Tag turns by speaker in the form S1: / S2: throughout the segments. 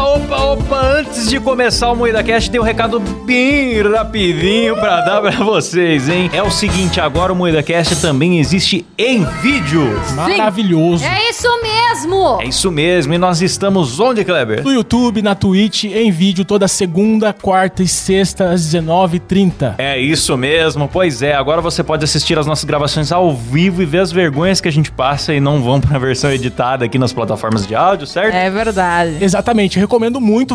S1: Opa, antes de começar o Moeda Cast, tem um recado bem rapidinho pra dar pra vocês, hein? É o seguinte, agora o Moeda Cast também existe em vídeo.
S2: Maravilhoso.
S3: É isso mesmo!
S1: É isso mesmo, e nós estamos onde, Kleber?
S2: No YouTube, na Twitch, em vídeo, toda segunda, quarta e sexta, às 19h30.
S1: É isso mesmo, pois é. Agora você pode assistir as nossas gravações ao vivo e ver as vergonhas que a gente passa e não vão pra versão editada aqui nas plataformas de áudio, certo?
S3: É verdade.
S2: Exatamente, recomendo muito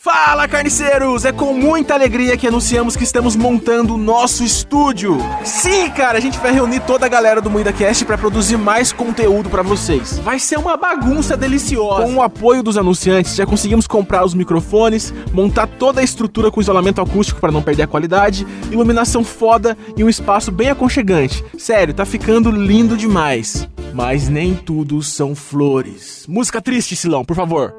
S4: Fala, carniceiros! É com muita alegria que anunciamos que estamos montando o nosso estúdio. Sim, cara, a gente vai reunir toda a galera do MuidaCast para produzir mais conteúdo para vocês. Vai ser uma bagunça deliciosa. Com o apoio dos anunciantes, já conseguimos comprar os microfones, montar toda a estrutura com isolamento acústico para não perder a qualidade, iluminação foda e um espaço bem aconchegante. Sério, tá ficando lindo demais. Mas nem tudo são flores. Música triste, Silão, por favor.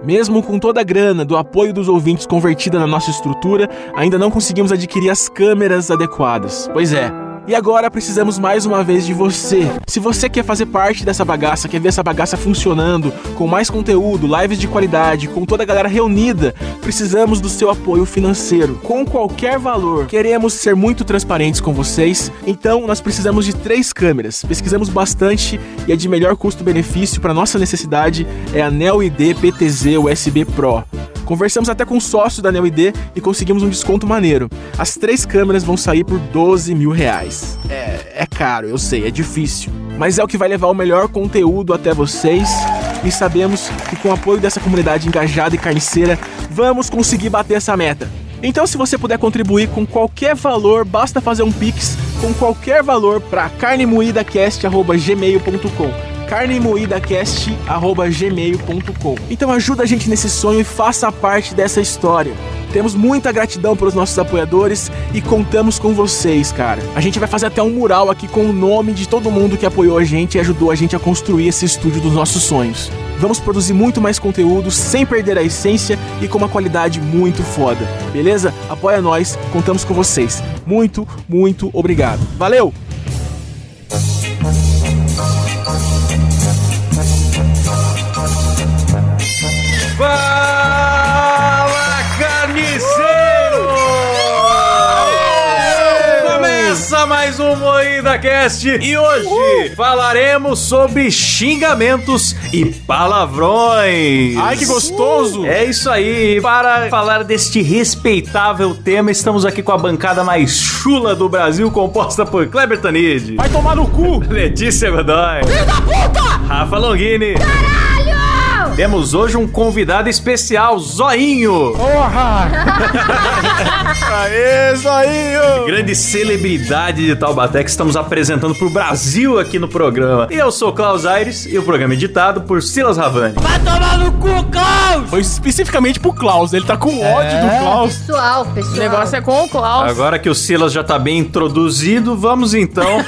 S4: Mesmo com toda a grana do apoio dos ouvintes convertida na nossa estrutura, ainda não conseguimos adquirir as câmeras adequadas. Pois é. E agora precisamos mais uma vez de você. Se você quer fazer parte dessa bagaça, quer ver essa bagaça funcionando, com mais conteúdo, lives de qualidade, com toda a galera reunida, precisamos do seu apoio financeiro. Com qualquer valor, queremos ser muito transparentes com vocês, então nós precisamos de três câmeras. Pesquisamos bastante e a de melhor custo-benefício para nossa necessidade é a Neo ID PTZ USB Pro. Conversamos até com o sócio da NeoID e conseguimos um desconto maneiro. As três câmeras vão sair por 12 mil reais. É, é caro, eu sei, é difícil. Mas é o que vai levar o melhor conteúdo até vocês. E sabemos que com o apoio dessa comunidade engajada e carniceira, vamos conseguir bater essa meta. Então, se você puder contribuir com qualquer valor, basta fazer um Pix com qualquer valor para carnemoídacast.gmail.com carnemoidacast.gmail.com. Então ajuda a gente nesse sonho e faça parte dessa história. Temos muita gratidão pelos nossos apoiadores e contamos com vocês, cara. A gente vai fazer até um mural aqui com o nome de todo mundo que apoiou a gente e ajudou a gente a construir esse estúdio dos nossos sonhos. Vamos produzir muito mais conteúdo sem perder a essência e com uma qualidade muito foda. Beleza? Apoia nós, contamos com vocês. Muito, muito obrigado. Valeu!
S1: Fala, carniceiro! Começa mais um Moída Cast e hoje falaremos sobre xingamentos e palavrões.
S4: Ai, que gostoso!
S1: É isso aí. Para falar deste respeitável tema, estamos aqui com a bancada mais chula do Brasil, composta por Kleber Tanid,
S4: Vai tomar no cu!
S1: Letícia Godoy, Rafa Longini. Caralho! Temos hoje um convidado especial, Zoinho.
S4: Aê, Zoinho!
S1: Grande celebridade de Taubaté que estamos apresentando pro Brasil aqui no programa. E eu sou Klaus Aires e o programa é editado por Silas Ravani.
S2: Foi especificamente pro Klaus, ele tá com ódio do
S5: É.
S2: Klaus.
S3: Pessoal, pessoal.
S6: O negócio é com o Klaus.
S1: Agora que o Silas já tá bem introduzido, vamos então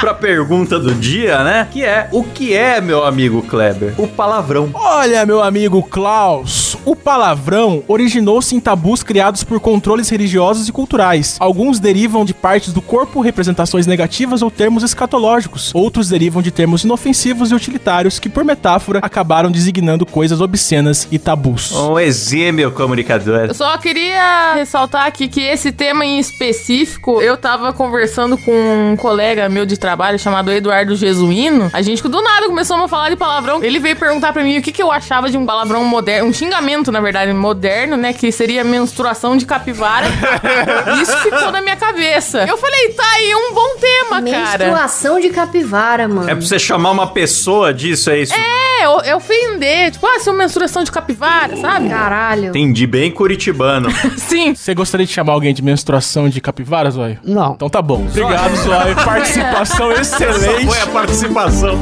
S1: pra pergunta do dia, né? Que é, o que é, meu amigo Kleber? O palavrão.
S2: Olha, meu amigo Klaus, o palavrão originou-se em tabus criados por controles religiosos e culturais. Alguns derivam de partes do corpo, representações negativas ou termos escatológicos. Outros derivam de termos inofensivos e utilitários que, por metáfora, acabaram designando coisas obscenas e tabus.
S1: Um exímio comunicador.
S6: Eu só queria ressaltar aqui que esse tema em específico, eu tava conversando com um colega meu de trabalho chamado Eduardo Jesuíno. A gente do nada começou a falar de palavrão. Ele veio perguntar pra mim o que, que eu achava de um palavrão moderno, um xingamento movimento, na verdade, moderno, né? Que seria menstruação de capivara. Isso ficou na minha cabeça. Eu falei, tá aí um bom tema, cara.
S3: Menstruação de capivara, mano.
S7: É pra você chamar uma pessoa disso, é isso?
S6: É, eu, eu ofender. Tipo, ah, sua menstruação de capivara, sabe?
S3: Caralho.
S7: Entendi, bem curitibano.
S6: Sim.
S2: Você gostaria de chamar alguém de menstruação de capivara, Zóio?
S5: Não.
S2: Então tá bom. Obrigado, Zóio. Participação
S7: Essa
S2: excelente.
S7: foi a participação.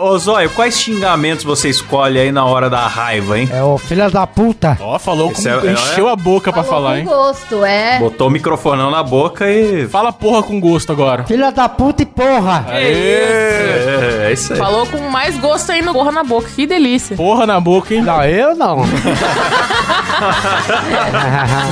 S7: Ô, Zóio, quais xingamentos você escolhe aí na hora da raiva, hein?
S5: É o filho da puta.
S2: Ó, falou
S7: Esse
S2: com...
S7: é- é-
S2: encheu a boca pra
S3: Falou
S2: falar,
S3: com
S2: hein?
S3: gosto, é.
S7: Botou o microfonão na boca e...
S2: Fala porra com gosto agora.
S5: Filha da puta e porra.
S2: Aê!
S7: É, é isso aí.
S6: Falou com mais gosto aí no gorro na boca. Que delícia.
S2: Porra na boca, hein?
S5: Não, eu não.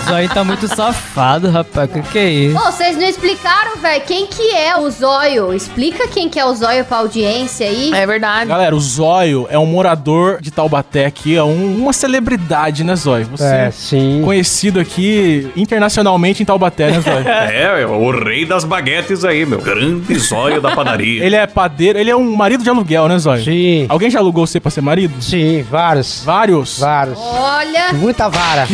S8: Isso aí tá muito safado, rapaz. Que que é isso?
S3: Ô, vocês não explicaram, velho, quem que é o Zóio? Explica quem que é o Zóio pra audiência aí.
S6: É verdade.
S2: Galera, o Zóio é um morador de Taubaté aqui, é um- uma celebridade, né, Zóio? Você
S5: É, sim.
S2: conhecido aqui internacionalmente em Taubaté, né, Zóio?
S7: É, o rei das baguetes aí, meu. Grande zóio da padaria.
S2: Ele é padeiro, ele é um marido de aluguel, né, Zóio?
S5: Sim.
S2: Alguém já alugou você pra ser marido?
S5: Sim, vários.
S2: Vários?
S5: Vários.
S3: Olha,
S5: Muita vara.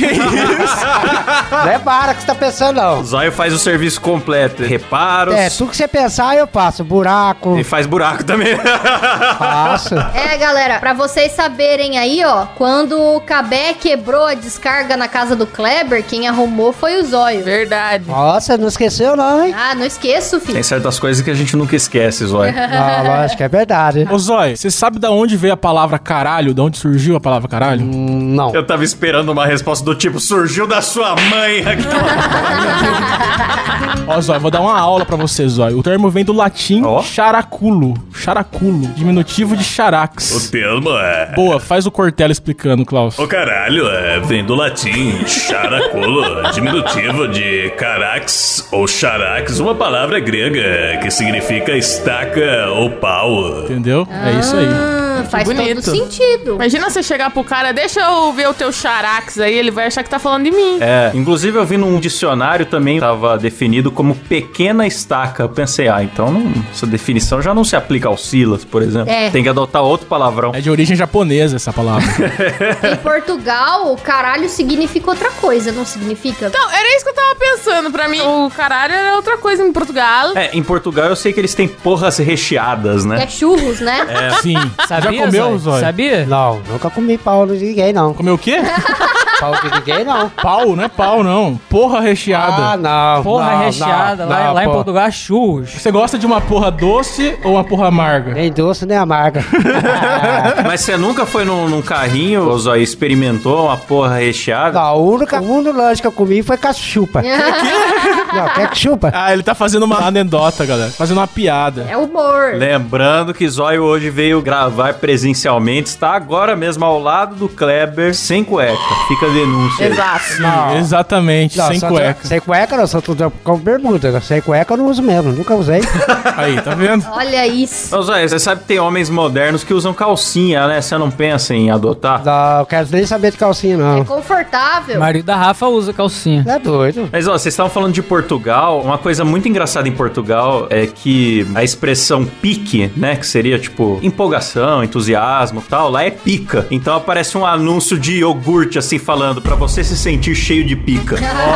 S5: Não é vara que você tá pensando, não.
S7: O zóio faz o serviço completo. Reparos.
S5: É, tudo que você pensar eu faço. Buraco,
S7: E faz buraco também.
S5: faço.
S3: é galera, pra vocês saberem aí, ó, quando o Cabé quebrou a descarga na casa do Kleber, quem arrumou foi o Zóio.
S6: Verdade.
S5: Nossa, não esqueceu não, hein?
S3: Ah, não esqueço, filho.
S1: É
S7: Tem certas coisas que a gente nunca esquece, zóio.
S5: Não, lógico, é verdade.
S2: Ô, Zóio, você sabe da onde veio a palavra caralho? Da onde surgiu a palavra caralho?
S5: Hum, Não.
S7: Eu tava esperando uma resposta do tipo, surgiu da sua mãe.
S2: Ó, Zóio, vou dar uma aula pra você, Zóio. O termo vem do latim
S7: Ó.
S2: characulo. Characulo. Diminutivo de
S7: o
S2: charax.
S7: termo é...
S2: Boa, faz o Cortella explicando, Klaus.
S7: O caralho é, vem do latim characulo, diminutivo de carax ou charax, uma palavra grega que significa estaca ou pau.
S2: Entendeu? É isso aí.
S3: Ah, faz todo
S6: bonito.
S3: sentido.
S6: Imagina você chegar pro cara, deixa eu ver o teu xarax aí, ele vai achar que tá falando de mim.
S1: É, inclusive eu vi num dicionário também, tava definido como pequena estaca. Eu pensei, ah, então não- essa definição já não se aplica ao Silas, por exemplo.
S3: É.
S1: Tem que adotar outro palavrão.
S2: É de origem japonesa essa palavra.
S3: Em Portugal, o caralho significa outra coisa, não significa?
S6: Então, era isso que eu tava pensando. Pra mim, o caralho era outra coisa em Portugal.
S1: É, em Portugal eu sei que eles têm porras recheadas, né?
S3: É churros, né?
S2: Sim.
S8: Sabia,
S2: Já comeu,
S8: Zóio?
S2: Zóio?
S8: Sabia?
S5: Não, nunca comi pau de ninguém, não.
S2: Comeu o quê?
S5: Pau de ninguém, não.
S2: Pau, não é pau, não. Porra
S5: Ah,
S2: recheada.
S5: não.
S8: Porra
S5: não,
S8: recheada.
S5: não,
S8: lá
S5: não,
S8: lá em
S5: porra.
S8: Portugal, é churros.
S2: Você gosta de uma porra doce ou uma porra amarga?
S5: Nem doce, nem amarga.
S1: Mas você nunca foi num, num carrinho, ô Zóio, experimentou uma porra recheada?
S5: não, a única, o único lanche que eu comi foi cachupa. não, quer que chupa?
S2: Ah, ele tá fazendo uma anedota, galera. Fazendo uma piada.
S3: É humor.
S1: Lembrando que Zóio hoje veio gravar presencialmente, está agora mesmo ao lado do Kleber, sem cueca. Fica a denúncia. aí.
S6: Exato.
S2: Ah.
S5: Não.
S2: Exatamente,
S5: Não,
S2: sem
S5: só-
S2: cueca.
S5: Sem cueca não, só tudo com bermuda. né? Sem cueca eu não uso mesmo, nunca usei.
S2: Aí, tá vendo?
S3: Olha isso.
S1: Ô, Zóio, você sabe que tem homens modernos que usam calcinha, né? Você não pensa em adotar?
S5: não, eu quero nem saber de calcinha,
S3: É
S5: não.
S3: confortável.
S8: marido da Rafa usa calcinha.
S5: É doido.
S1: Mas, ó, vocês estavam falando de Portugal. Uma coisa muito engraçada em Portugal é que a expressão pique, né? Que seria, tipo, empolgação, entusiasmo e tal. Lá é pica. Então aparece um anúncio de iogurte, assim, falando pra você se sentir cheio de pica.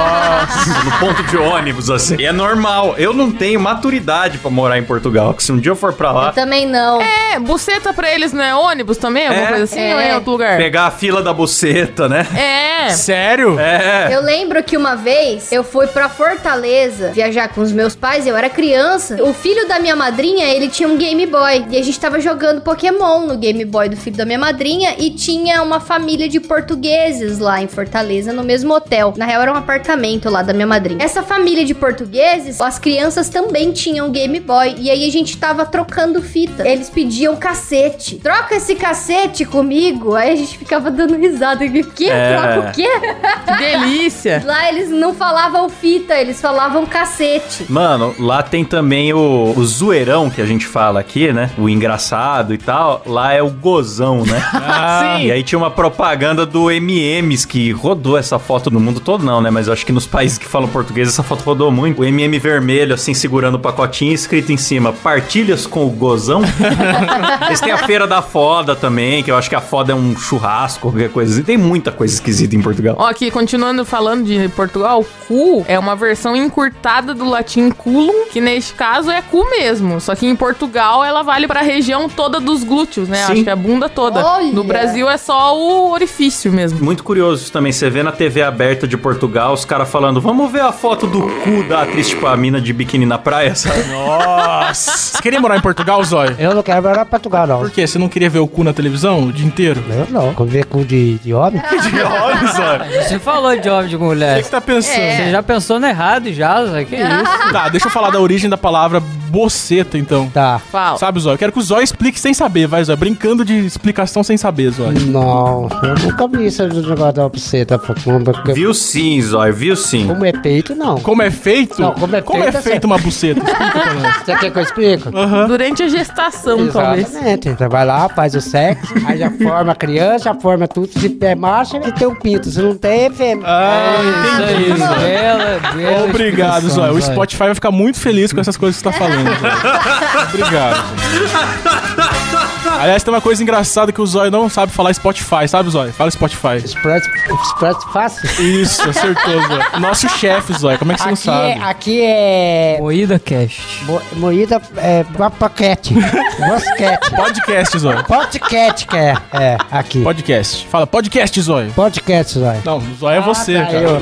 S7: No ponto de ônibus, assim.
S1: E é normal. Eu não tenho maturidade pra morar em Portugal. Que se um dia eu for pra
S3: Eu
S1: lá,
S3: também não.
S6: É, buceta pra eles não é ônibus também? Alguma
S1: É.
S6: coisa assim?
S3: É.
S6: Ou é em outro lugar?
S1: pegar a fila da buceta, né?
S6: É.
S2: Sério?
S1: É.
S3: Eu lembro que uma vez eu fui pra Fortaleza viajar com os meus pais, eu era criança. O filho da minha madrinha, ele tinha um Game Boy. E a gente tava jogando Pokémon no Game Boy do filho da minha madrinha. E tinha uma família de portugueses lá em Fortaleza, no mesmo hotel. Na real, era um apartamento lá da minha madrinha. Essa família de portugueses, as crianças também tinham um Game Boy. E aí a gente tava trocando fita. Eles pediam cacete. Troca esse cacete comigo. Aí a gente ficava dando risada. O quê?
S1: É.
S3: Troca o quê?
S6: Que É, delícia.
S3: Lá eles não falavam fita, eles falavam cacete.
S1: Mano, lá tem também o, o zoeirão que a gente fala aqui, né? O engraçado e tal. Lá é o gozão, né?
S6: Sim.
S1: E aí tinha uma propaganda do MMs que rodou essa foto no mundo todo, não, né? Mas eu acho que nos países que falam português essa foto rodou muito. O MM vermelho, assim, segurando o pacotinho, escrito em cima: Partilhas com o gozão. Eles têm a feira da foda também, que eu acho que a foda é um churrasco, qualquer coisa assim. Tem muita coisa esquisita em Portugal.
S6: Ó, aqui, continuando falando de Portugal, cu é uma versão encurtada do latim culum, que neste caso é cu mesmo. Só que em Portugal ela vale pra região toda dos glúteos, né?
S1: Sim.
S6: Acho que é a bunda toda.
S3: Olha!
S6: No Brasil é só o orifício mesmo.
S1: Muito curioso isso também, você vê na TV aberta de Portugal os caras falando, vamos ver a foto do cu da atriz, tipo a mina de biquíni na praia, sabe?
S2: Nossa. Você queria morar em Portugal, Zóio?
S5: Eu não quero morar em Portugal, não.
S2: Por quê? Você não queria ver o cu na televisão o dia inteiro?
S5: Eu não. Comer cu de, de homem?
S2: Olha, Zóio.
S8: Você falou de homem de
S2: O
S8: mulher.
S2: que você tá pensando?
S5: É.
S8: Você já pensou no errado já, Zé? Que é isso?
S2: Tá, deixa eu falar da origem da palavra boceta, então.
S5: Tá.
S6: Fala.
S2: Sabe, Zóio? Eu quero que o Zóio explique sem saber, vai, Zóio. Brincando de explicação sem saber, Zóio.
S5: Não, eu nunca vi esse negócio da obseta. Porque
S1: Viu sim, Zóio, viu sim.
S5: é como é peito, não.
S2: Como é feito?
S5: Não, como é feito é certo.
S2: uma buceta?
S8: é?
S5: Você quer que eu explique?
S6: Durante a gestação, Então, talvez.
S5: Exatamente. Você vai lá, faz o sexo, aí já forma a criança, já forma tudo. Se é macho, ele tem um pinto. Se não tem, é fêmea.
S2: Ah,
S8: Isso aí, bela,
S5: é
S8: bela
S2: Obrigado,
S8: explicação,
S2: Zóio. O Spotify vai ficar muito feliz com essas coisas que você tá falando. Zóio. Obrigado. Zóio. Aliás, tem uma coisa engraçada que o Zóio não sabe falar Spotify, sabe, Zóio? Fala Spotify.
S5: Expresso, expresso fácil.
S2: Isso, acertou, Zóio. Nosso chefe, Zóio. Como é que você não
S5: Aqui
S2: sabe?
S5: é, aqui é
S8: Moída Cast.
S5: mo- moída é, ba- paquete. Bosquete.
S2: Podcast, Zóio.
S5: Podcast que é. É, aqui.
S2: Podcast. Fala podcast, Zóio.
S5: Podcast, Zóio.
S2: Não, Zóio é você,
S5: Ah, tá,
S2: cara.
S5: eu.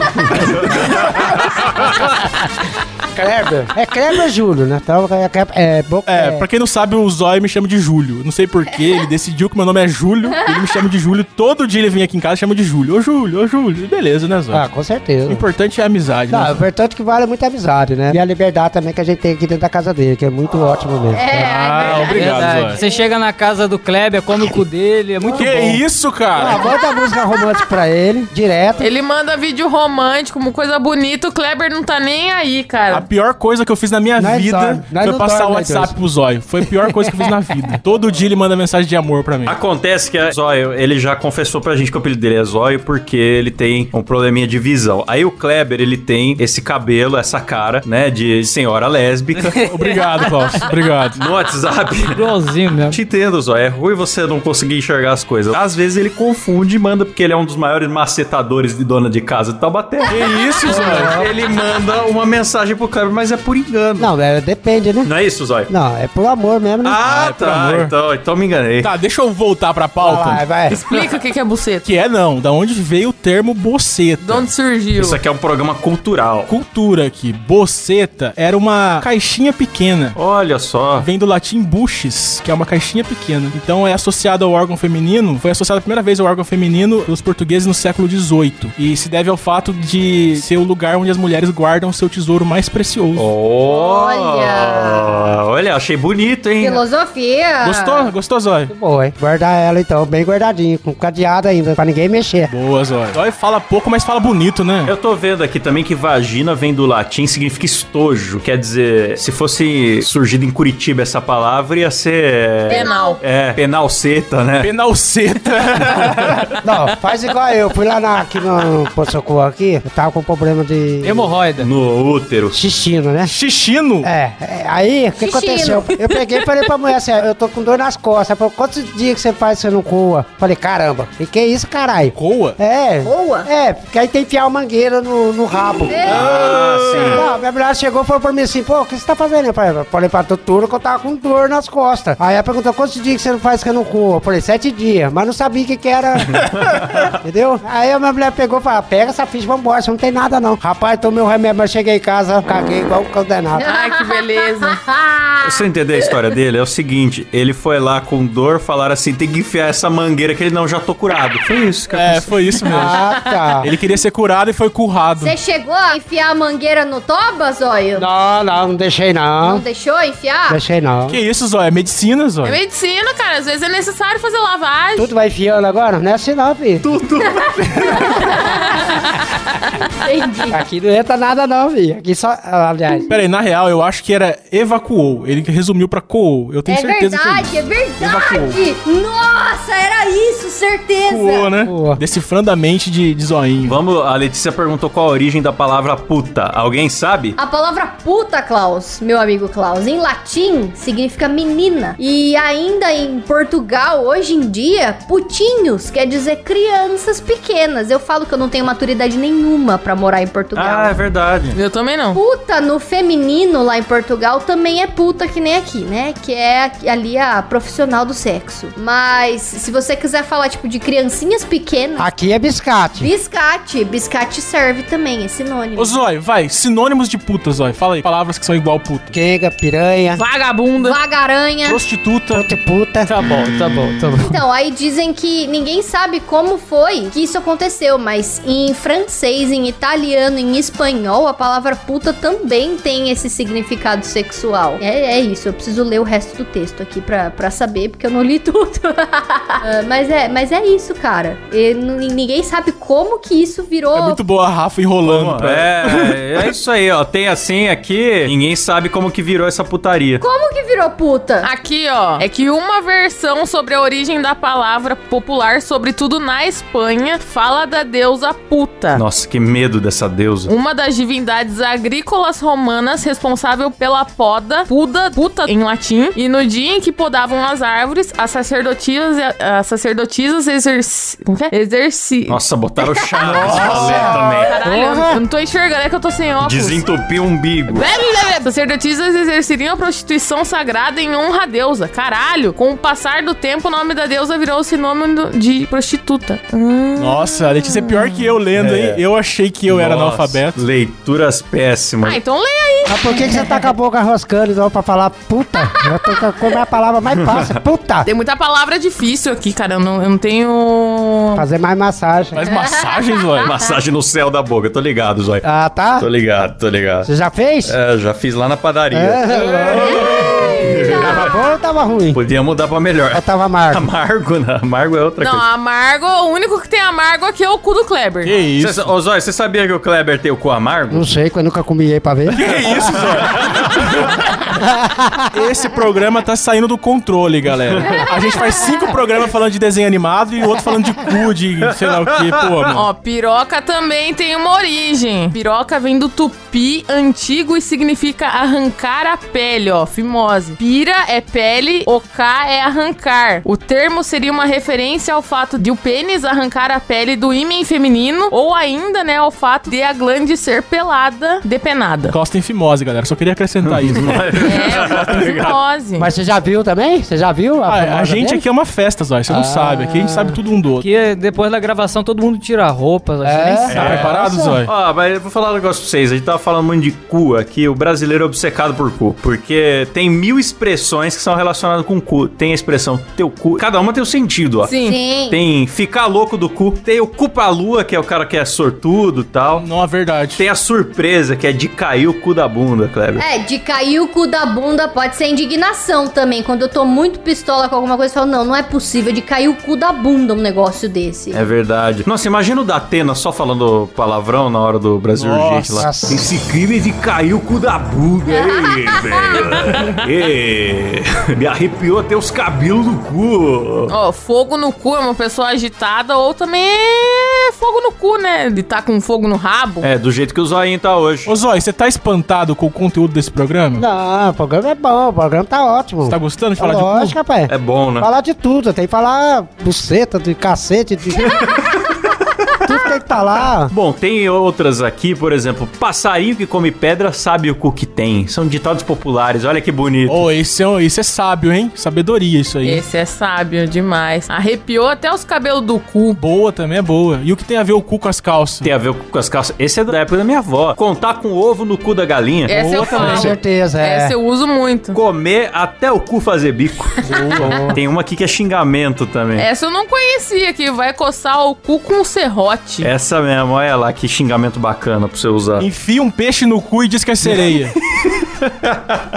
S5: Kleber. É Kleber ou Júlio, né? Então, é, Kleber- é, bo-
S2: É, pra quem não sabe, o Zóio me chama de Júlio. Não sei porquê, ele decidiu que meu nome é Júlio, ele me chama de Júlio. Todo dia ele vem aqui em casa e chama de Júlio. Ô Júlio, ô Júlio. Beleza, né, Zóio?
S5: Ah, com certeza.
S2: O importante é a amizade,
S5: Não,
S2: né?
S5: o importante é que vale muito a amizade, né? E a liberdade também que a gente tem aqui dentro da casa dele, que é muito ótimo mesmo.
S3: É,
S2: Ah, obrigado,
S8: Verdade.
S2: Zóio.
S8: Você chega na casa do Kleber, come o cu dele, é muito
S2: Que
S8: bom.
S2: isso,
S5: Ah,
S2: cara?
S5: manda a música romântica pra ele, direto.
S6: Ele manda vídeo romântico, uma coisa bonita. O Kleber não tá nem aí,
S2: A
S1: Ah.
S6: cara.
S2: pior coisa que eu fiz na minha
S5: Nós
S2: vida
S5: dorme, nós
S2: foi
S5: não
S2: passar o
S5: dorme, nós
S2: WhatsApp
S5: dois.
S2: pro Zóio. Foi a pior coisa que eu fiz na vida. Todo dia ele manda mensagem de amor pra mim.
S1: Acontece que a Zóio, ele já confessou pra gente que o apelido dele é Zóio porque ele tem um probleminha de visão. Aí o Kleber, ele tem esse cabelo, essa cara, né, de senhora lésbica.
S2: Obrigado, Klaus. Obrigado.
S1: no WhatsApp.
S8: Igualzinho mesmo.
S1: Te entendo, Zóio. É ruim você não conseguir enxergar as coisas. Às vezes ele confunde e manda, porque ele é um dos maiores macetadores de dona de casa de Taubaté. É.
S2: Que isso, Zóio?
S1: ele manda uma mensagem pro Kleber, mas é por engano.
S5: Não, é, depende, né?
S1: Não é isso, Zóio?
S5: Não, é por amor mesmo, né?
S1: Ah, tá.
S2: amor.
S1: Então, então me enganei.
S2: Tá, deixa eu voltar pra
S5: vai,
S2: pauta.
S5: vai.
S6: Explica o que que é buceta.
S2: Que é não, da onde veio o termo
S6: De
S2: boceta.
S6: onde surgiu?
S1: Isso aqui é um programa cultural.
S2: Cultura aqui, boceta era uma caixinha pequena.
S1: Olha só.
S2: Vem do latim buches, que é uma caixinha pequena. Então é associado ao órgão feminino. Foi associado a primeira vez ao órgão feminino pelos portugueses no século XVIII. E se deve ao fato de ser o lugar onde as mulheres guardam seu tesouro mais precioso.
S3: Olha.
S1: Olha, achei bonito, hein?
S3: Filosofia.
S2: Gostou? Gostou, Zói?
S5: Boa, Tá hein? Guardar ela então, bem guardadinho, com cadeado ainda, pra ninguém mexer.
S2: Boa, Zói. Zói fala pouco, mas fala bonito, né?
S1: Eu tô vendo aqui também que vagina vem do latim, significa estojo. Quer dizer, se fosse surgido em Curitiba essa palavra, ia ser.
S6: Penal.
S1: É, penalceta, né?
S2: Penalceta.
S5: Não, faz igual eu. Fui lá na, aqui no Posto Socorro aqui, eu tava com um problema de
S8: Hemorroida.
S1: No útero.
S5: xixino, né?
S2: Xixino.
S5: É, é, aí, o que
S3: Xixino.
S5: aconteceu? Eu peguei e falei pra mulher assim, eu tô com dor nas costas. Ela falou, quantos dias que você faz que você não coa? Falei, caramba, e que isso, caralho?
S2: Coa?
S5: É.
S3: Coa?
S5: É, porque aí tem que enfiar uma mangueira no, no rabo.
S1: Ah, sim.
S5: Não, minha mulher chegou e falou pra mim assim, pô, o que você tá fazendo? Eu falei, eu falei pra doutora que eu tava com dor nas costas. Aí ela perguntou, quantos dias que você não faz que eu não coa? Eu falei, sete dias, mas não sabia o que que era. Entendeu? Aí a minha mulher pegou e falou, "Ah, pega essa ficha, vambora, você não tem nada não. Rapaz, tomei o remédio, mas cheguei em casa, caguei igual um condenado.
S6: Ai, que beleza.
S3: Ah,
S1: Pra Você entender a história dele é o seguinte: ele foi lá com dor, falaram assim, tem que enfiar essa mangueira que ele não, já tô curado. Foi isso, cara.
S2: É, foi isso mesmo.
S5: Ah, tá.
S2: Ele queria ser curado e foi currado.
S3: Você chegou a enfiar a mangueira no toba, Zóio?
S5: Não, não, não deixei
S3: Não
S5: não.
S3: deixou enfiar?
S5: Deixei não.
S2: Que isso, Zói? É medicina,
S6: É
S2: Zói?
S6: medicina, cara. Às vezes é necessário fazer lavagem.
S5: Tudo vai enfiando agora? Não é assim não, filho.
S3: Entendi.
S5: Aqui não entra nada não, filho. Aqui só, aliás.
S2: Pera aí, na real, eu acho que era evacuou. Ele resumiu pra coou. Eu tenho
S3: É
S2: certeza
S3: verdade,
S2: que
S3: é verdade! Nossa, era isso, certeza!
S2: Coou, né?
S5: Coou.
S2: Decifrando a mente de, de zoinho.
S1: Vamos, a Letícia perguntou qual a origem da palavra puta. Alguém sabe?
S3: A palavra puta, Klaus, meu amigo Klaus, em latim significa menina. E ainda em Portugal, hoje em dia, putinhos quer dizer crianças pequenas. Eu falo que eu não tenho maturidade nenhuma pra morar
S1: Ah,
S3: em
S1: é
S3: Portugal.
S1: verdade.
S6: Eu também não.
S3: Puta no feminino lá em Portugal também é puta que nem aqui, né? Que é ali a profissional do sexo. Mas se você quiser falar tipo de criancinhas pequenas,
S5: Aqui é biscate.
S3: biscate, biscate serve também, é sinônimo.
S2: Ô, Zói, vai. Sinônimos de puta, Zói. Fala aí. Palavras que são igual puta.
S5: Quenga, piranha,
S6: Vagabunda.
S3: Vagaranha.
S2: Prostituta.
S5: puta e puta.
S8: Tá bom, tá bom, tá bom.
S3: Então, aí dizem que ninguém sabe como foi que isso aconteceu, mas em francês, em italiano, em espanhol, a palavra puta também tem esse significado sexual. É, é isso, eu preciso ler o resto do texto aqui pra, pra saber, porque eu não li tudo. Ah, mas, é, mas é isso, cara. E n- ninguém sabe como que isso virou.
S2: É muito boa a Rafa enrolando. pra-
S1: É, é isso aí, ó. Tem assim aqui, ninguém sabe como que virou essa putaria.
S3: Como que virou puta?
S6: Aqui, ó, é que uma versão sobre a origem da palavra popular, sobretudo na Espanha, fala da deusa puta.
S1: Nossa, que medo dessa deusa.
S6: Uma das divindades agrícolas romanas responsável pela poda, puda, puta em latim, e no dia em que podavam as árvores, as sacerdotisas, as sacerdotisas exerci... Como que é? Exerci...
S1: Nossa, botaram chá nesse rolê também.
S6: Caralho, eu não tô enxergando, é que eu tô sem óculos.
S1: Desentupir o umbigo.
S6: Sacerdotisas exerceriam a prostituição sagrada em honra à deusa. Caralho! Com o passar do tempo, o nome da deusa virou o sinônimo de prostituta.
S2: Nossa, a Letícia é pior que eu lendo, hein? Eu achei que eu era
S1: Nossa,
S2: analfabeto.
S1: Leituras péssimas.
S6: Ah, então leia aí.
S5: Mas por que, que você tá com a boca rascando então, pra falar puta? Eu tô com- Como é a palavra mais fácil? Puta!
S6: Tem muita palavra difícil aqui, cara. Eu não, eu não tenho.
S5: Fazer mais massagem.
S2: Faz massagens, Zói.
S1: Massagem no céu da boca, tô ligado, Zói.
S5: Ah, tá?
S1: Tô ligado, tô ligado.
S5: Você já fez?
S1: É, já fiz lá na
S2: É.
S1: padaria.
S5: É. Tava bom ou tava ruim?
S1: Podia mudar pra melhor.
S5: Ou tava amargo?
S1: Amargo, né? Amargo é outra
S6: Não,
S1: coisa.
S6: amargo, o único que tem amargo aqui é o cu do Kleber.
S2: Que isso.
S1: Cê, ô, Zói, você sabia que o Kleber tem o cu amargo?
S5: Não sei, que eu nunca comi aí pra ver.
S2: Esse programa tá saindo do controle, galera. A gente faz cinco programas falando de desenho animado e outro falando de cu, de sei lá o que, pô, mano.
S6: Ó, piroca também tem uma origem. Piroca vem do tupi antigo e significa arrancar a pele, ó, fimose. Pira é pele, oká é arrancar. O termo seria uma referência ao fato de o pênis arrancar a pele do ímã feminino ou ainda, né, ao fato de a glande ser pelada, depenada.
S2: Costa em fimose, galera. Só queria acrescentar isso.
S6: É, eu gosto de fimose.
S5: Mas você já viu também? Você já viu?
S2: Ah, a
S5: famosa
S2: gente
S5: dele?
S2: aqui é uma festa, Zói. Você não sabe. Aqui a gente sabe tudo um do outro.
S8: Porque depois da gravação todo mundo tira a roupa, a gente
S5: É?
S8: nem
S2: Tá
S8: sabe.
S2: preparado, Zói?
S1: Ó, mas eu vou falar um negócio pra vocês. A gente tava falando muito de cu aqui. O brasileiro é obcecado por cu. Porque tem mil expressões que são relacionadas com cu. Tem a expressão teu cu. Cada uma tem um sentido, ó.
S6: Sim.
S3: Sim.
S1: Tem ficar louco do cu. Tem o cu pra lua, que é o cara que é sortudo e tal.
S2: Não, é verdade.
S1: Tem a surpresa, que é de cair o cu da bunda, Kleber.
S3: É, de cair o cu da bunda pode ser indignação também. Quando eu tô muito pistola com alguma coisa, eu falo, não, não é possível de cair o cu da bunda um negócio desse.
S1: É verdade. Nossa, imagina o Datena só falando palavrão na hora do Brasil
S2: Nossa.
S1: Urgente lá. Esse crime de cair o cu da bunda. Ei, velho. Ei. Me arrepiou até os cabelos do cu.
S6: Ó, fogo no cu é uma pessoa agitada ou também é fogo no cu, né? De tá com fogo no rabo.
S1: É, do jeito que o Zoinho tá hoje.
S2: Ô, Zói, você tá espantado com o conteúdo desse programa?
S5: Não, o programa é bom, o programa tá ótimo.
S2: Você tá gostando de
S5: Tá
S2: falar de
S5: Lógico,
S2: cu?
S5: rapaz.
S1: É bom, né?
S5: Falar de tudo, tem que falar buceta, de cacete, de... tudo tem que tá lá.
S1: Bom, tem outras aqui, por exemplo, passarinho que come pedra sabe o cu que tem. São ditados populares, olha que bonito.
S2: Ô, esse, é, um- esse é sábio, hein? Sabedoria isso aí.
S6: Esse é sábio demais. Arrepiou até os cabelos do cu.
S2: Boa também é boa. E o que tem a ver o cu com as calças?
S1: Tem a ver com as calças. Esse é da época da minha avó. Contar com ovo no cu da galinha.
S6: Essa eu
S2: Outra,
S6: falo.
S5: Com certeza, é.
S6: Essa eu uso muito.
S1: Comer até o cu fazer bico. Tem uma aqui que é xingamento também.
S6: Essa eu não conhecia, que vai coçar o cu com um serrote.
S1: Essa mesmo, olha lá que xingamento bacana pra você usar.
S2: Enfia um peixe no cu e diz que é sereia.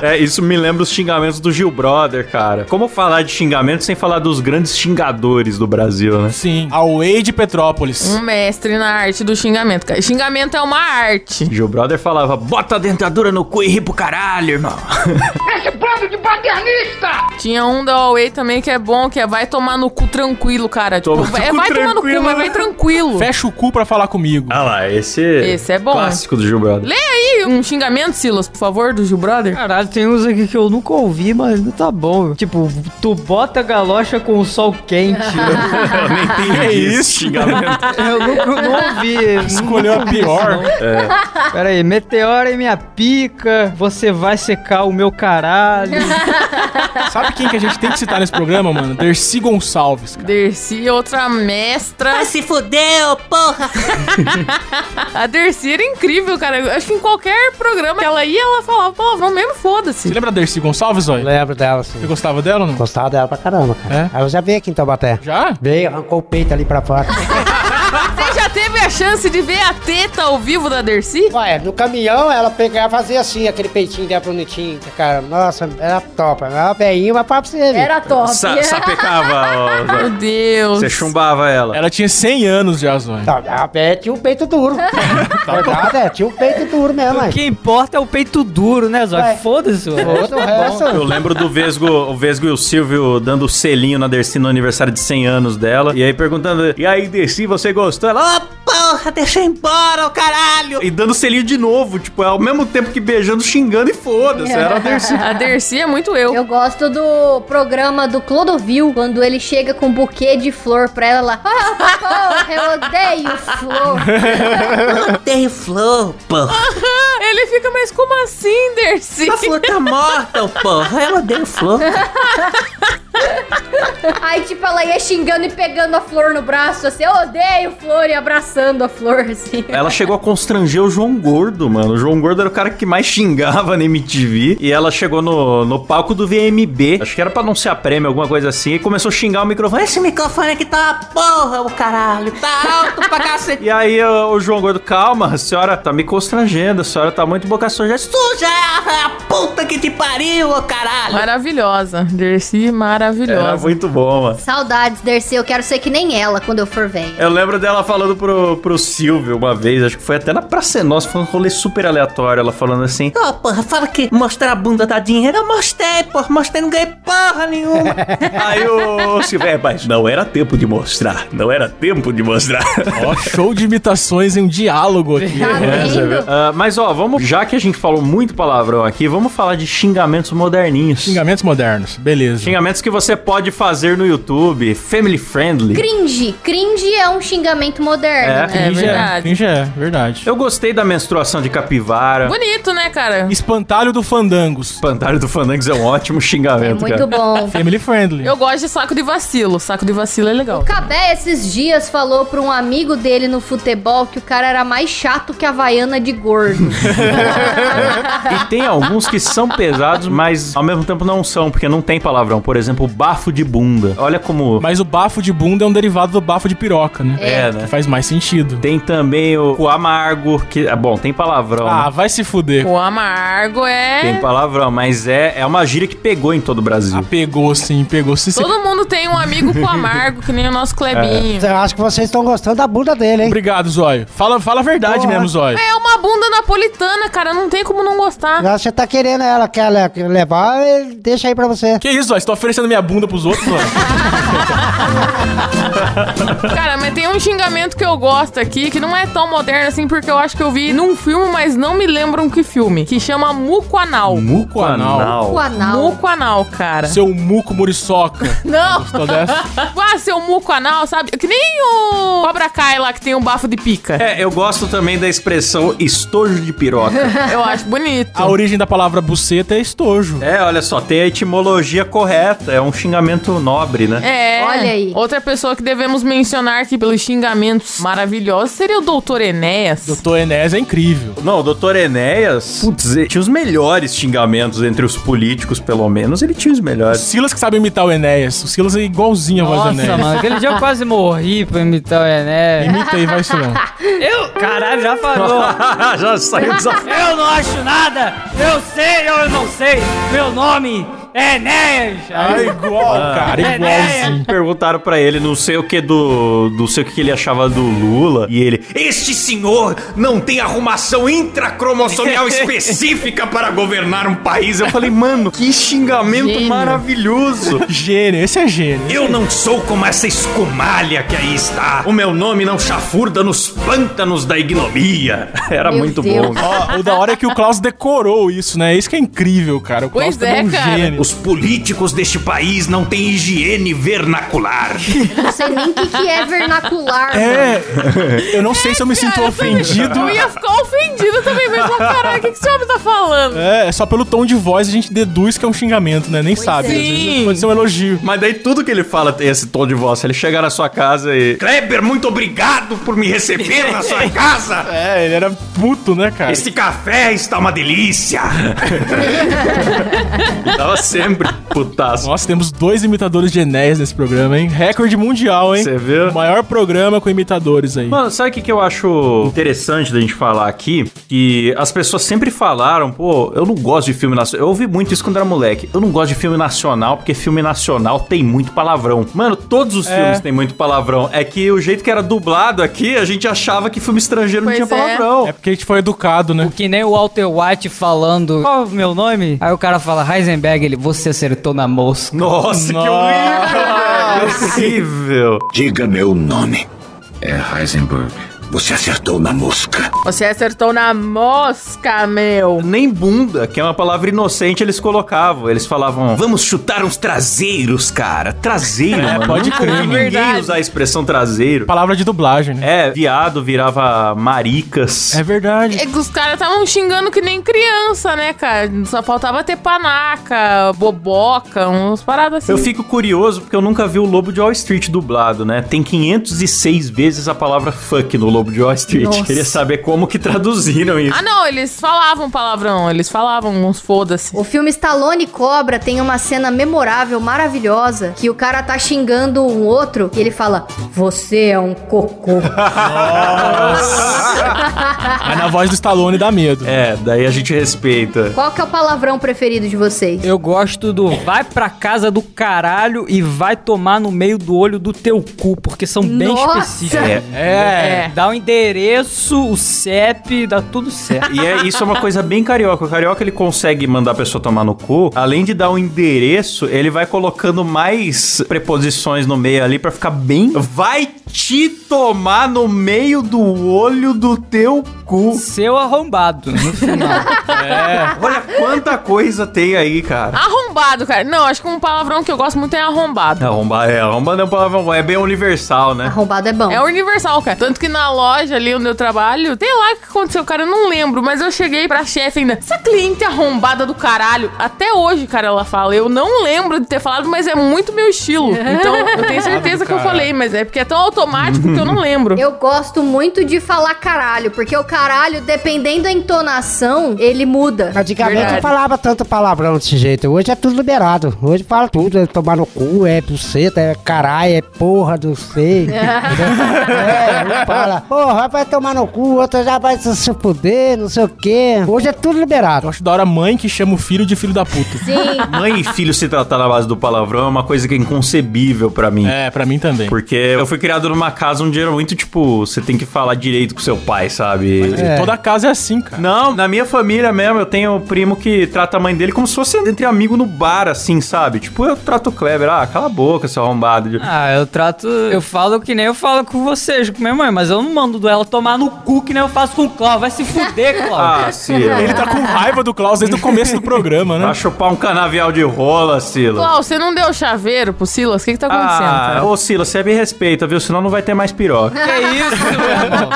S1: É, isso me lembra os xingamentos do Gil Brother, cara. Como falar de xingamento sem falar dos grandes xingadores do Brasil, né?
S2: Sim. Away de Petrópolis.
S6: Um mestre na arte do xingamento, cara. Xingamento é uma arte.
S1: Gil Brother falava, bota a dentadura no cu e ri pro caralho, irmão.
S6: Tinha um da Huawei também que é bom, que é vai tomar no cu tranquilo, cara. Tipo,
S1: Toma no
S6: vai,
S1: cu
S6: vai tomar no cu,
S1: tranquilo. né?
S6: mas vai tranquilo.
S2: Fecha o cu pra falar comigo.
S1: Ah lá, esse...
S6: Esse é bom.
S1: Clássico do Gil Brother.
S6: Lê aí um xingamento, Silas, por favor, do Gil Brother.
S1: Ah.
S8: Caralho, tem uns aqui que eu nunca ouvi, mas não tá bom. meu. Tipo, tu bota galocha com o sol quente.
S1: Eu nem entendi esse xingamento.
S8: eu nunca não ouvi.
S2: Escolheu a pior.
S8: Pera aí, meteora em minha pica, você vai secar o meu caralho.
S2: Sabe quem que a gente tem que citar nesse programa, mano? Dercy Gonçalves. cara.
S6: Dercy, outra mestra. Vai se fudeu, porra! a Dercy era incrível, cara. Eu acho que em qualquer programa que ela ia, ela falava, pô, vamos mesmo,
S2: Você
S6: foda-se.
S2: lembra da Dercy Gonçalves, Zói?
S5: Lembro dela, assim.
S2: Você gostava dela ou não?
S5: Gostava dela pra caramba, cara. Aí eu já veio aqui em Taubaté.
S2: Já?
S5: Veio, arrancou o peito ali pra fora.
S6: Você já teve a chance de ver a teta ao vivo da Dercy?
S5: Ué, no caminhão ela pegava e fazia assim, aquele peitinho dela bonitinho, cara. Nossa, era top. Era uma velhinha, mas pra você ver.
S3: Era top.
S1: Sa sapecava, ó,
S6: Meu
S1: Zé.
S6: Deus.
S1: Você é chumbava ela.
S2: Ela tinha 100 anos já, Zói.
S5: Tá, A Bé tinha um peito duro. Verdade, é, tinha um peito duro mesmo,
S8: o
S5: aí.
S8: que importa é o peito duro, né, Zóio?
S5: Vai.
S8: Foda-se, mano.
S5: Outro resto.
S1: Eu lembro do Vesgo, o Vesgo e o Silvio dando o selinho na Dercy no aniversário de 100 anos dela. E aí perguntando, e aí, Dercy, você gostou? Ela, ah, porra, deixa eu ir embora, ô caralho! E dando selinho de novo, tipo, ao mesmo tempo que beijando, xingando e foda-se. Era a Dercy.
S6: A Dercy é muito eu.
S3: Eu gosto do programa do Clodovil, quando ele chega com um buquê de flor pra ela lá. "Ah, porra, eu odeio flor.
S9: Terry Flow, porra.
S6: Ele fica, mas como assim, Dercy?
S9: A flor tá morta, ô porra. Ela deu flor.
S3: Aí, tipo, ela ia xingando e pegando a flor no braço, assim, eu odeio flor e abraçando a flor, assim.
S1: Ela chegou a constranger o João Gordo, mano. O João Gordo era o cara que mais xingava na MTV. E ela chegou no, no palco do VMB. Acho que era pra anunciar prêmio, alguma coisa assim. E começou a xingar o microfone. "É,
S9: Esse microfone aqui tá uma porra, o caralho. Tá alto pra cacete.
S1: E aí o, o João Gordo, calma, a senhora tá me constrangendo. A senhora tá muito boca suja.
S9: Suja a puta que te pariu, ô caralho.
S6: Maravilhosa. Dercy
S1: Era
S6: maravilhosa.
S1: muito bom, mano.
S3: Saudades, Dercy, eu quero ser que nem ela quando eu for velha.
S1: Eu lembro dela falando pro, pro Silvio uma vez, acho que foi até na Praça Nossa, foi um rolê super aleatório, ela falando assim.
S9: Ô, porra, fala que mostrar a bunda da dinheiro. Eu mostrei, porra. Mostrei, não ganhei porra nenhuma.
S1: Aí o Silvio, é, mas não era tempo de mostrar, não era tempo de mostrar.
S2: Ó, show de imitações em um diálogo aqui.
S3: Tá vendo?
S1: Ah, mas ó, vamos, já que a gente falou muito palavrão aqui, vamos falar de xingamentos moderninhos.
S2: Xingamentos modernos. Beleza.
S1: Xingamentos que você pode fazer no YouTube, family friendly.
S3: Cringe. Cringe é um xingamento
S1: É.
S3: moderno. né?
S6: É verdade.
S2: Finge é, verdade.
S1: Eu gostei da menstruação de capivara.
S6: Bonito, né, cara?
S2: Espantalho do Fandangos.
S1: Espantalho do Fandangos é um ótimo
S3: É
S1: xingamento,
S3: muito
S1: cara.
S3: bom.
S2: Family friendly.
S6: Eu gosto de saco de vacilo. Saco de vacilo é legal.
S3: O Cabé esses dias falou pra um amigo dele no futebol que o cara era mais chato que a Havaiana de gordo.
S1: E tem alguns que são pesados, mas ao mesmo tempo não são, porque não tem palavrão. Por exemplo, bafo de bunda. Olha como.
S2: Mas o bafo de bunda é um derivado do bafo de piroca, né?
S1: É,
S2: Que
S1: né?
S2: Faz mais sentido.
S1: Tem também o, o amargo, que. ah, Bom, tem palavrão.
S2: Ah,
S1: né?
S2: vai se fuder.
S6: O amargo
S1: Tem
S6: é.
S1: palavrão, mas é, é uma gíria que pegou em todo o
S2: Ah,
S1: Brasil.
S2: pegou sim, pegou. Se se-
S6: Todo mundo tem um amigo com amargo, que nem o nosso Clebinho.
S5: Eu acho que vocês estão gostando da bunda dele, hein?
S2: Obrigado, Zóio. Fala, fala a verdade
S5: Porra.
S2: mesmo, Zóio.
S6: É uma bunda napolitana, cara. Não tem como não gostar.
S5: Eu acho que Você tá querendo ela, quer le- quer levar, ele deixa aí pra você.
S2: Que isso, Zóio? Você tá oferecendo minha bunda pros outros, Zóio?
S6: Cara, mas tem um xingamento que eu gosto aqui, que não é tão moderno assim, porque eu acho que eu vi num filme, mas não me lembram que filme. Que chama Muco Anal.
S1: Muco
S3: o anal.
S6: Muco Anal, cara.
S2: Seu muco muriçoca.
S6: Não!
S2: Gostou dessa?
S6: Ah, seu muco anal, sabe? Que nem o Cobra Kai lá, que tem um bafo de pica.
S1: É, eu gosto também da expressão estojo de piroca.
S6: Eu acho bonito.
S2: A origem da palavra buceta é estojo.
S1: é, olha só, tem a etimologia correta. É um xingamento nobre, né?
S6: É.
S3: Olha aí.
S6: Outra pessoa que devemos mencionar aqui pelos xingamentos maravilhosos seria o Doutor Enéas.
S2: Doutor Enés é incrível.
S1: Não, o doutor Enéas, putz, ele tinha os melhores xingamentos entre os políticos, pelo menos. Ele tinha os
S2: O
S1: melhores.
S2: Silas que sabe imitar o Enéas. O Silas é igualzinho a voz do
S8: Nossa,
S2: Enéas.
S8: mano, aquele dia eu quase morri pra imitar o Enéas.
S2: Imita aí, vai, Silão.
S8: Eu? Caralho, já falou.
S1: Já saiu desafio.
S8: Eu não acho nada. Eu sei ou eu não sei. Meu nome é Enéas. É
S2: Ah, igual, cara, igualzinho.
S1: É. Perguntaram pra ele, não sei o que do. Não sei o que ele achava do Lula. E ele. Este senhor não tem arrumação intracromossomial específica para governar um país. Eu falei, mano, que xingamento
S6: Gênio.
S1: maravilhoso.
S2: Gênio, esse é gênio.
S1: Eu não sou como essa escumalha que aí está. O meu nome não chafurda nos pântanos da ignomia. Era
S3: Meu
S1: muito
S3: Deus.
S1: bom.
S2: Ó, o da hora é que o Klaus decorou isso, né? Isso que é incrível, cara. O Klaus
S6: Pois
S2: também
S6: é,
S2: um
S6: cara.
S2: gênio.
S7: Os políticos deste país não têm higiene vernacular.
S3: Não sei nem o que, que é vernacular. mano.
S2: É, eu não sei se eu me sinto
S6: Cara, eu também-
S2: ofendido.
S6: Eu ia ficar ofendido também, mas eu, caralho, o que, que esse homem tá falando?
S2: É, é só pelo tom de voz a gente deduz que é um xingamento, né? Nem sabe.
S6: é.
S2: Às vezes
S6: Sim.
S2: pode ser um elogio.
S1: Mas daí tudo que ele fala tem esse tom de voz. Se Ele chegar na sua casa e.
S7: Kleber, muito obrigado por me receber na sua casa.
S2: É, ele era puto, né, cara?
S7: Este café está uma delícia.
S1: Ele tava sempre putaço.
S2: Nossa, temos dois imitadores de Enéas nesse programa, hein? Recorde mundial, hein?
S1: Você viu?
S2: O maior programa com imitadores aí.
S1: Mano, sabe o que, que eu acho interessante da gente falar aqui? Que as pessoas sempre falaram, pô, eu não gosto de filme nacional. Eu ouvi muito isso quando era moleque. Eu não gosto de filme nacional, porque filme nacional tem muito palavrão. Mano, todos os filmes têm muito palavrão. É que o jeito que era dublado aqui, a gente achava que filme estrangeiro não
S6: Pois
S1: tinha
S6: é.
S1: palavrão.
S2: É porque a gente foi educado, né?
S8: Que nem o Walter White falando, qual é o meu nome? Aí o cara fala, Heisenberg, ele, você acertou na mosca.
S1: Nossa, que horrível! Impossível.
S10: Diga meu nome. É Heisenberg. Você acertou na mosca.
S6: Você acertou na mosca, meu.
S1: Nem bunda, que é uma palavra inocente, eles colocavam. Eles falavam, É, vamos chutar uns traseiros, cara. Traseiro, mano.
S2: pode
S1: Nunca
S2: crer. né?
S1: ouvi ninguém
S6: Verdade.
S1: usar a expressão traseiro.
S2: Palavra de dublagem, né?
S1: É, viado virava maricas.
S2: É verdade.
S6: É que os caras estavam xingando que nem criança, né, cara? Só faltava ter panaca, boboca, umas paradas assim.
S1: Eu fico curioso porque eu nunca vi o Lobo de Wall Street dublado, né? Tem 506 vezes a palavra fuck no Lobo de Wall Street.
S6: Nossa.
S1: Queria saber como que traduziram isso.
S6: Ah, não, eles falavam palavrão, eles falavam uns foda-se.
S3: O filme Stallone Cobra tem uma cena memorável, maravilhosa, que o cara tá xingando um outro e ele fala: Você é um cocô.
S2: Mas na voz do Stallone dá medo.
S1: É, daí a gente respeita.
S3: Qual que é o palavrão preferido de vocês?
S8: Eu gosto do vai pra casa do caralho e vai tomar no meio do olho do teu cu, porque são bem
S3: Nossa!
S8: específicos.
S1: É.
S8: É, dá o endereço, o CEP, dá tudo certo.
S1: E é, isso é uma coisa bem carioca. O carioca ele consegue mandar a pessoa tomar no cu. Além de dar o endereço, ele vai colocando mais preposições no meio ali pra ficar bem. Vai te tomar no meio do olho do teu cu. É,
S8: Seu arrombado, no final.
S1: Olha quanta coisa tem aí, cara.
S6: Arrombado, cara. Não, acho que um palavrão que eu gosto muito é arrombado.
S1: Arromba, é, arromba não é um palavrão, é bem universal, né?
S3: Arrombado é bom.
S6: É universal, cara. Tanto que na loja ali onde eu trabalho, tem lá o que aconteceu, cara, eu não lembro, mas eu cheguei pra chefe ainda. Essa cliente arrombada do caralho, até hoje, cara, ela fala. Eu não lembro de ter falado, mas é muito meu estilo. Então, eu tenho certeza que eu falei, mas é porque é tão automático que eu não lembro.
S3: Eu gosto muito de falar caralho, porque o caralho, dependendo da entonação, ele muda.
S5: Antigamente
S6: Verdade.
S5: eu falava tanto palavrão desse jeito. Hoje é tudo liberado. Hoje fala tudo. É tomar no cu, é buceta, é caralho, é porra, não sei. é, um fala, porra, vai tomar no cu, outro já vai se se fuder, não sei o quê. Hoje é tudo
S2: Eu
S5: liberado.
S2: acho da hora a mãe que chama o filho de filho da puta.
S3: Sim.
S1: Mãe e filho se tratar na base do palavrão é uma coisa que é inconcebível pra mim.
S2: É, pra mim também.
S1: Porque eu fui criado numa casa onde era muito, tipo, você tem que falar direito com seu pai, sabe?
S5: É.
S2: Toda casa é assim, cara.
S1: Não, na minha família mesmo, eu tenho um primo que trata a mãe dele como se fosse entre amigo no bar, assim, sabe? Tipo, eu trato o Kleber, ah, cala a boca, seu arrombado.
S8: Ah, eu trato. Eu falo que nem eu falo com vocês, com minha mãe, mas eu não mando ela tomar no cu que nem eu faço com o Cláudio. Vai se fuder, Cláudio.
S1: Ah, Sila.
S2: Ele tá com raiva do Klaus desde o começo do programa, né?
S1: Vai chupar um canavial de rola, Sila.
S6: Clau, você não deu chaveiro pro Silas? O que que tá acontecendo,
S1: Ah,
S6: cara?
S1: ô Sila, você me respeita, viu? Senão não vai ter mais piroca.
S8: Que isso, meu irmão?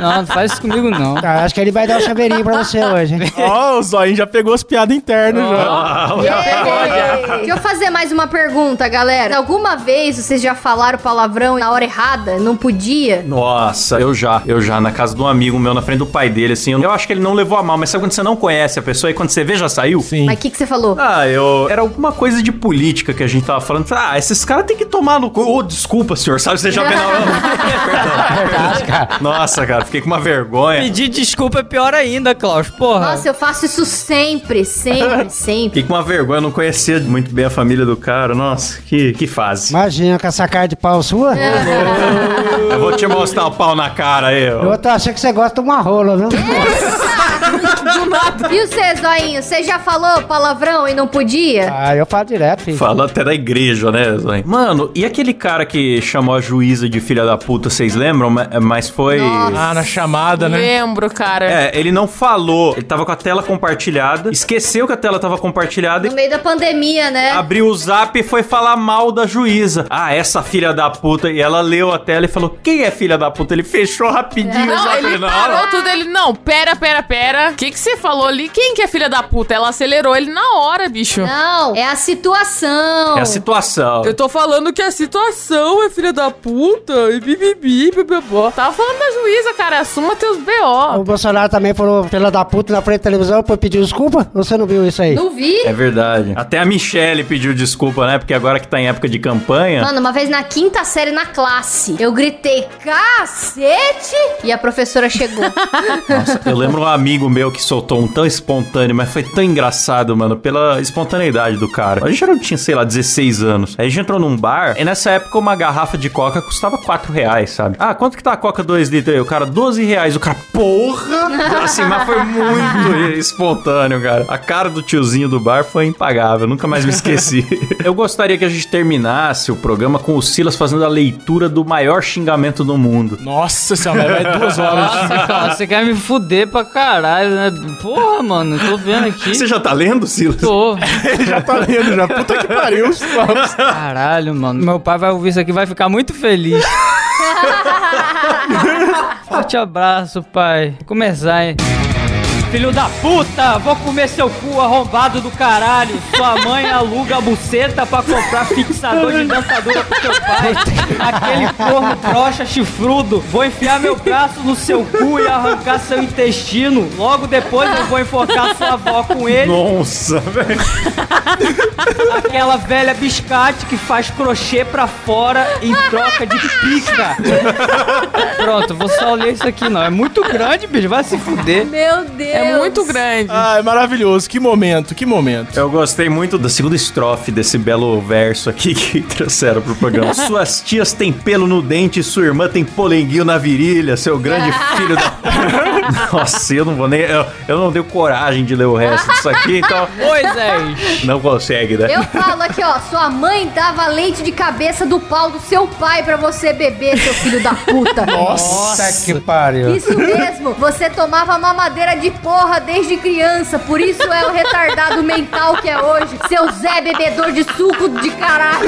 S8: Não, não faz isso comigo não.
S5: Tá, acho que ele vai dar um chaveirinho pra você hoje. hein?
S2: Ó, o Zoinho já pegou as piadas internas, já.
S1: Ah,
S3: Ei! Deixa eu fazer mais uma pergunta, galera. Alguma vez vocês já falaram palavrão na hora errada? Não podia?
S1: Nossa, eu já, eu já, na casa de um amigo meu, na frente do pai dele, assim, eu eu acho que ele não levou a mal, mas sabe quando você não conhece a pessoa e quando você vê já saiu?
S2: Sim.
S3: Mas o que, que você falou?
S1: Ah, eu. Era alguma coisa de política que a gente tava falando. Ah, esses caras tem que tomar no cu. Ô, desculpa, senhor, sabe? Você já penal. Nossa, cara, fiquei com uma vergonha.
S8: Pedir desculpa é pior ainda, Klaus. Porra.
S3: Nossa, eu faço isso sempre, sempre, sempre.
S1: Fiquei com uma vergonha, eu não conhecia muito bem a família do cara. Nossa, que, que fase.
S5: Imagina com essa cara de pau sua.
S1: Eu vou te mostrar o pau na cara aí, ó.
S5: Eu tô achando que você gosta de uma rola, viu?
S3: E o seu Zoinho? Você já falou palavrão e não podia?
S5: Ah, eu falo direto, filho.
S1: Fala até da igreja, né, Zé? Mano, e aquele cara que chamou a juíza de filha da puta, vocês lembram? Ma- Mas foi.
S6: Nossa.
S2: Ah, na chamada, né?
S6: Lembro, cara.
S1: É, ele não falou. Ele tava com a tela compartilhada, esqueceu que a tela tava compartilhada
S3: No
S1: e
S3: meio da pandemia,
S6: É.
S3: né?
S1: abriu o zap e foi falar mal da juíza. Ah, essa filha da puta. E ela leu a tela e falou: Quem é filha da puta? Ele fechou rapidinho o
S6: Não,
S1: zap.
S6: ele
S1: na
S6: parou
S1: hora.
S6: tudo, ele... Não, pera, pera, pera. O que que você falou ali? Quem que é filha da puta? Ela acelerou ele na hora, bicho.
S3: Não, é a situação.
S1: É a situação.
S6: Eu tô falando que a situação é filha da puta e bibibi, bibibó. Tava falando da juíza, cara. Assuma teus
S5: O
S6: B.O.
S5: Bolsonaro também falou pela da puta na frente da televisão pra pedir desculpa? Você não viu isso aí?
S3: Não vi.
S1: É verdade. Até a Michelle pediu desculpa, né? Porque agora que tá em época de campanha.
S3: Mano, uma vez na quinta série na classe, eu gritei cacete e a professora chegou.
S1: Nossa, eu lembro um amigo meu que soltou um tão espontâneo, mas foi tão engraçado, mano, pela espontaneidade do cara. A gente já não tinha, sei lá, 16 anos. Aí a gente entrou num bar, e nessa época uma garrafa de coca custava 4 reais, sabe? Ah, quanto que tá a coca 2 litros aí? O cara, 12 reais. O cara, porra! Assim, mas foi muito espontâneo, cara. A cara do tiozinho do bar foi impagável, nunca mais me esqueci. eu gostaria que a gente terminasse o programa com o Silas fazendo a leitura do maior xingamento do mundo.
S2: Nossa senhora, vai duas horas.
S8: Nossa, Klaus, você quer me fuder pra caralho, né? Porra, mano, tô vendo aqui.
S1: Você já tá lendo, Silas?
S8: Tô.
S2: Ele já tá lendo, já. Puta que pariu.
S8: Caralho, mano. Meu pai vai ouvir isso aqui e vai ficar muito feliz. Forte abraço, pai. Vou começar, hein? Filho da puta, vou comer seu cu arrombado do caralho. Sua mãe aluga a buceta pra comprar fixador de dentadura pro seu pai. Aquele corno broxa chifrudo. Vou enfiar meu braço no seu cu e arrancar seu intestino. Logo depois eu vou enforcar sua avó com ele.
S1: Nossa, velho.
S8: Aquela velha biscate que faz crochê pra fora em troca de pica. Pronto, vou só ler isso aqui, não. É muito grande, bicho. Vai se fuder.
S3: Meu Deus.
S6: É muito grande.
S2: Ai, Ah, maravilhoso. Que momento, que momento.
S1: Eu gostei muito da segunda estrofe desse belo verso aqui que trouxeram pro programa. Suas tias têm pelo no dente, sua irmã tem polenguinho na virilha, seu grande filho da. Nossa, eu não vou nem. Eu, eu não tenho coragem de ler o resto disso aqui, então.
S8: Moisés.
S1: Não consegue, né?
S3: Eu falo aqui, ó, sua mãe dava leite de cabeça do pau do seu pai pra você beber, seu filho da puta.
S5: Nossa, que pariu.
S3: Isso mesmo, você tomava mamadeira de porra desde criança, por isso é o retardado mental que é hoje. Seu Zé bebedor de suco de caralho.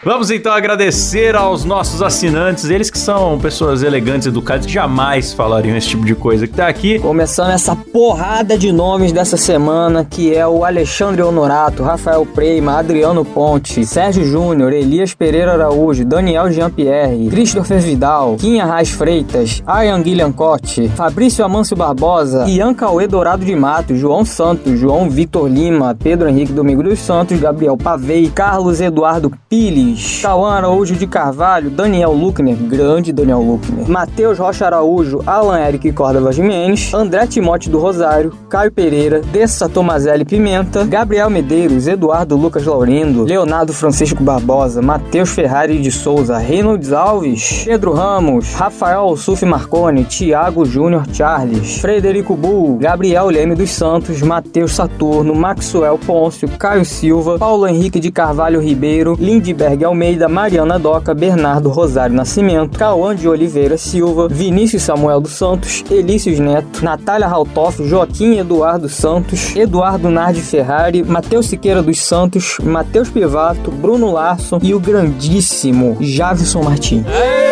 S1: Vamos então agradecer aos nossos assinantes, eles que são pessoas elegantes, educadas, que jamais falariam esse tipo de coisa que tá aqui.
S11: Começando essa porrada de nomes dessa semana, que é o Alexandre Honorato, Rafael Preima, Adriano Ponte, Sérgio Júnior, Elias Pereira Araújo, Daniel Jean-Pierre, Christopher Vidal, Quinha Raiz Freitas, Ayan Guilherme Cote, Fabrício Amâncio Barbosa, Ian Cauê Dourado de Mato, João Santos, João Vitor Lima, Pedro Henrique Domingo dos Santos, Gabriel Pavei, Carlos Eduardo Pires, Cauã Araújo de Carvalho, Daniel Luckner, grande Daniel Luckner, Matheus Rocha Araújo, Alan Eric Córdova Jimenez, André Timote do Rosário, Caio Pereira, Dessa Tomazelli Pimenta, Gabriel Medeiros, Eduardo Lucas Laurindo, Leonardo Francisco Barbosa, Matheus Ferrari de Souza, Reynolds Alves, Pedro Ramos, Rafael Suf Marconi, Tiago Júnior Charles, Frederico Bull, Gabriel Leme dos Santos, Matheus Saturno, Maxwell Pôncio, Caio Silva, Paulo Henrique de Carvalho Ribeiro, Lindberg Almeida, Mariana Doca, Bernardo Rosário Nascimento, Cauã de Oliveira Silva, Vinícius Samuel dos Santos, Elícios Neto, Natália Rautoff, Joaquim Eduardo Santos, Eduardo Nardi Ferrari, Matheus Siqueira dos Santos, Matheus Pivato, Bruno Larson e o grandíssimo Javison Martins.
S8: Aê!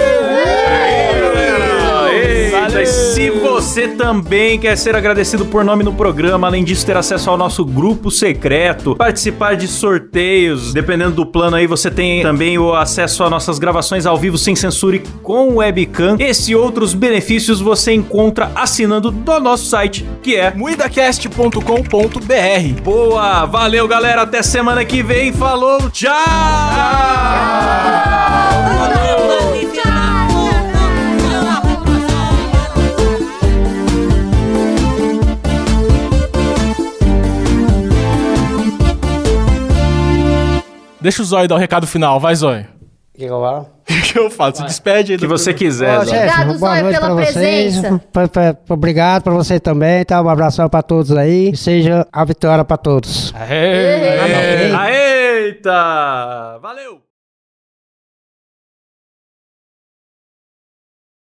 S1: Se você também quer ser agradecido por nome no programa, além disso, ter acesso ao nosso grupo secreto, participar de sorteios, dependendo do plano aí, você tem também o acesso a nossas gravações ao vivo sem censura e com webcam. Esse e outros benefícios você encontra assinando do nosso site, que é
S2: muidacast.com.br.
S1: Boa! Valeu, galera! Até semana que vem. Falou! Tchau!
S2: Deixa o Zóio dar o recado final, vai, Zóio.
S5: O que que eu falo?
S2: O que eu falo? Se despede aí.
S1: Que você quiser,
S5: Ó,
S1: Zé.
S5: gente,
S3: Obrigado,
S5: é. boa
S3: Zóio,
S5: noite
S3: pela
S5: pra vocês.
S3: presença.
S5: P- p- Obrigado pra você também, tá? Um abração pra todos aí. E seja a vitória pra todos.
S1: Aê! Aê! Eita! Valeu!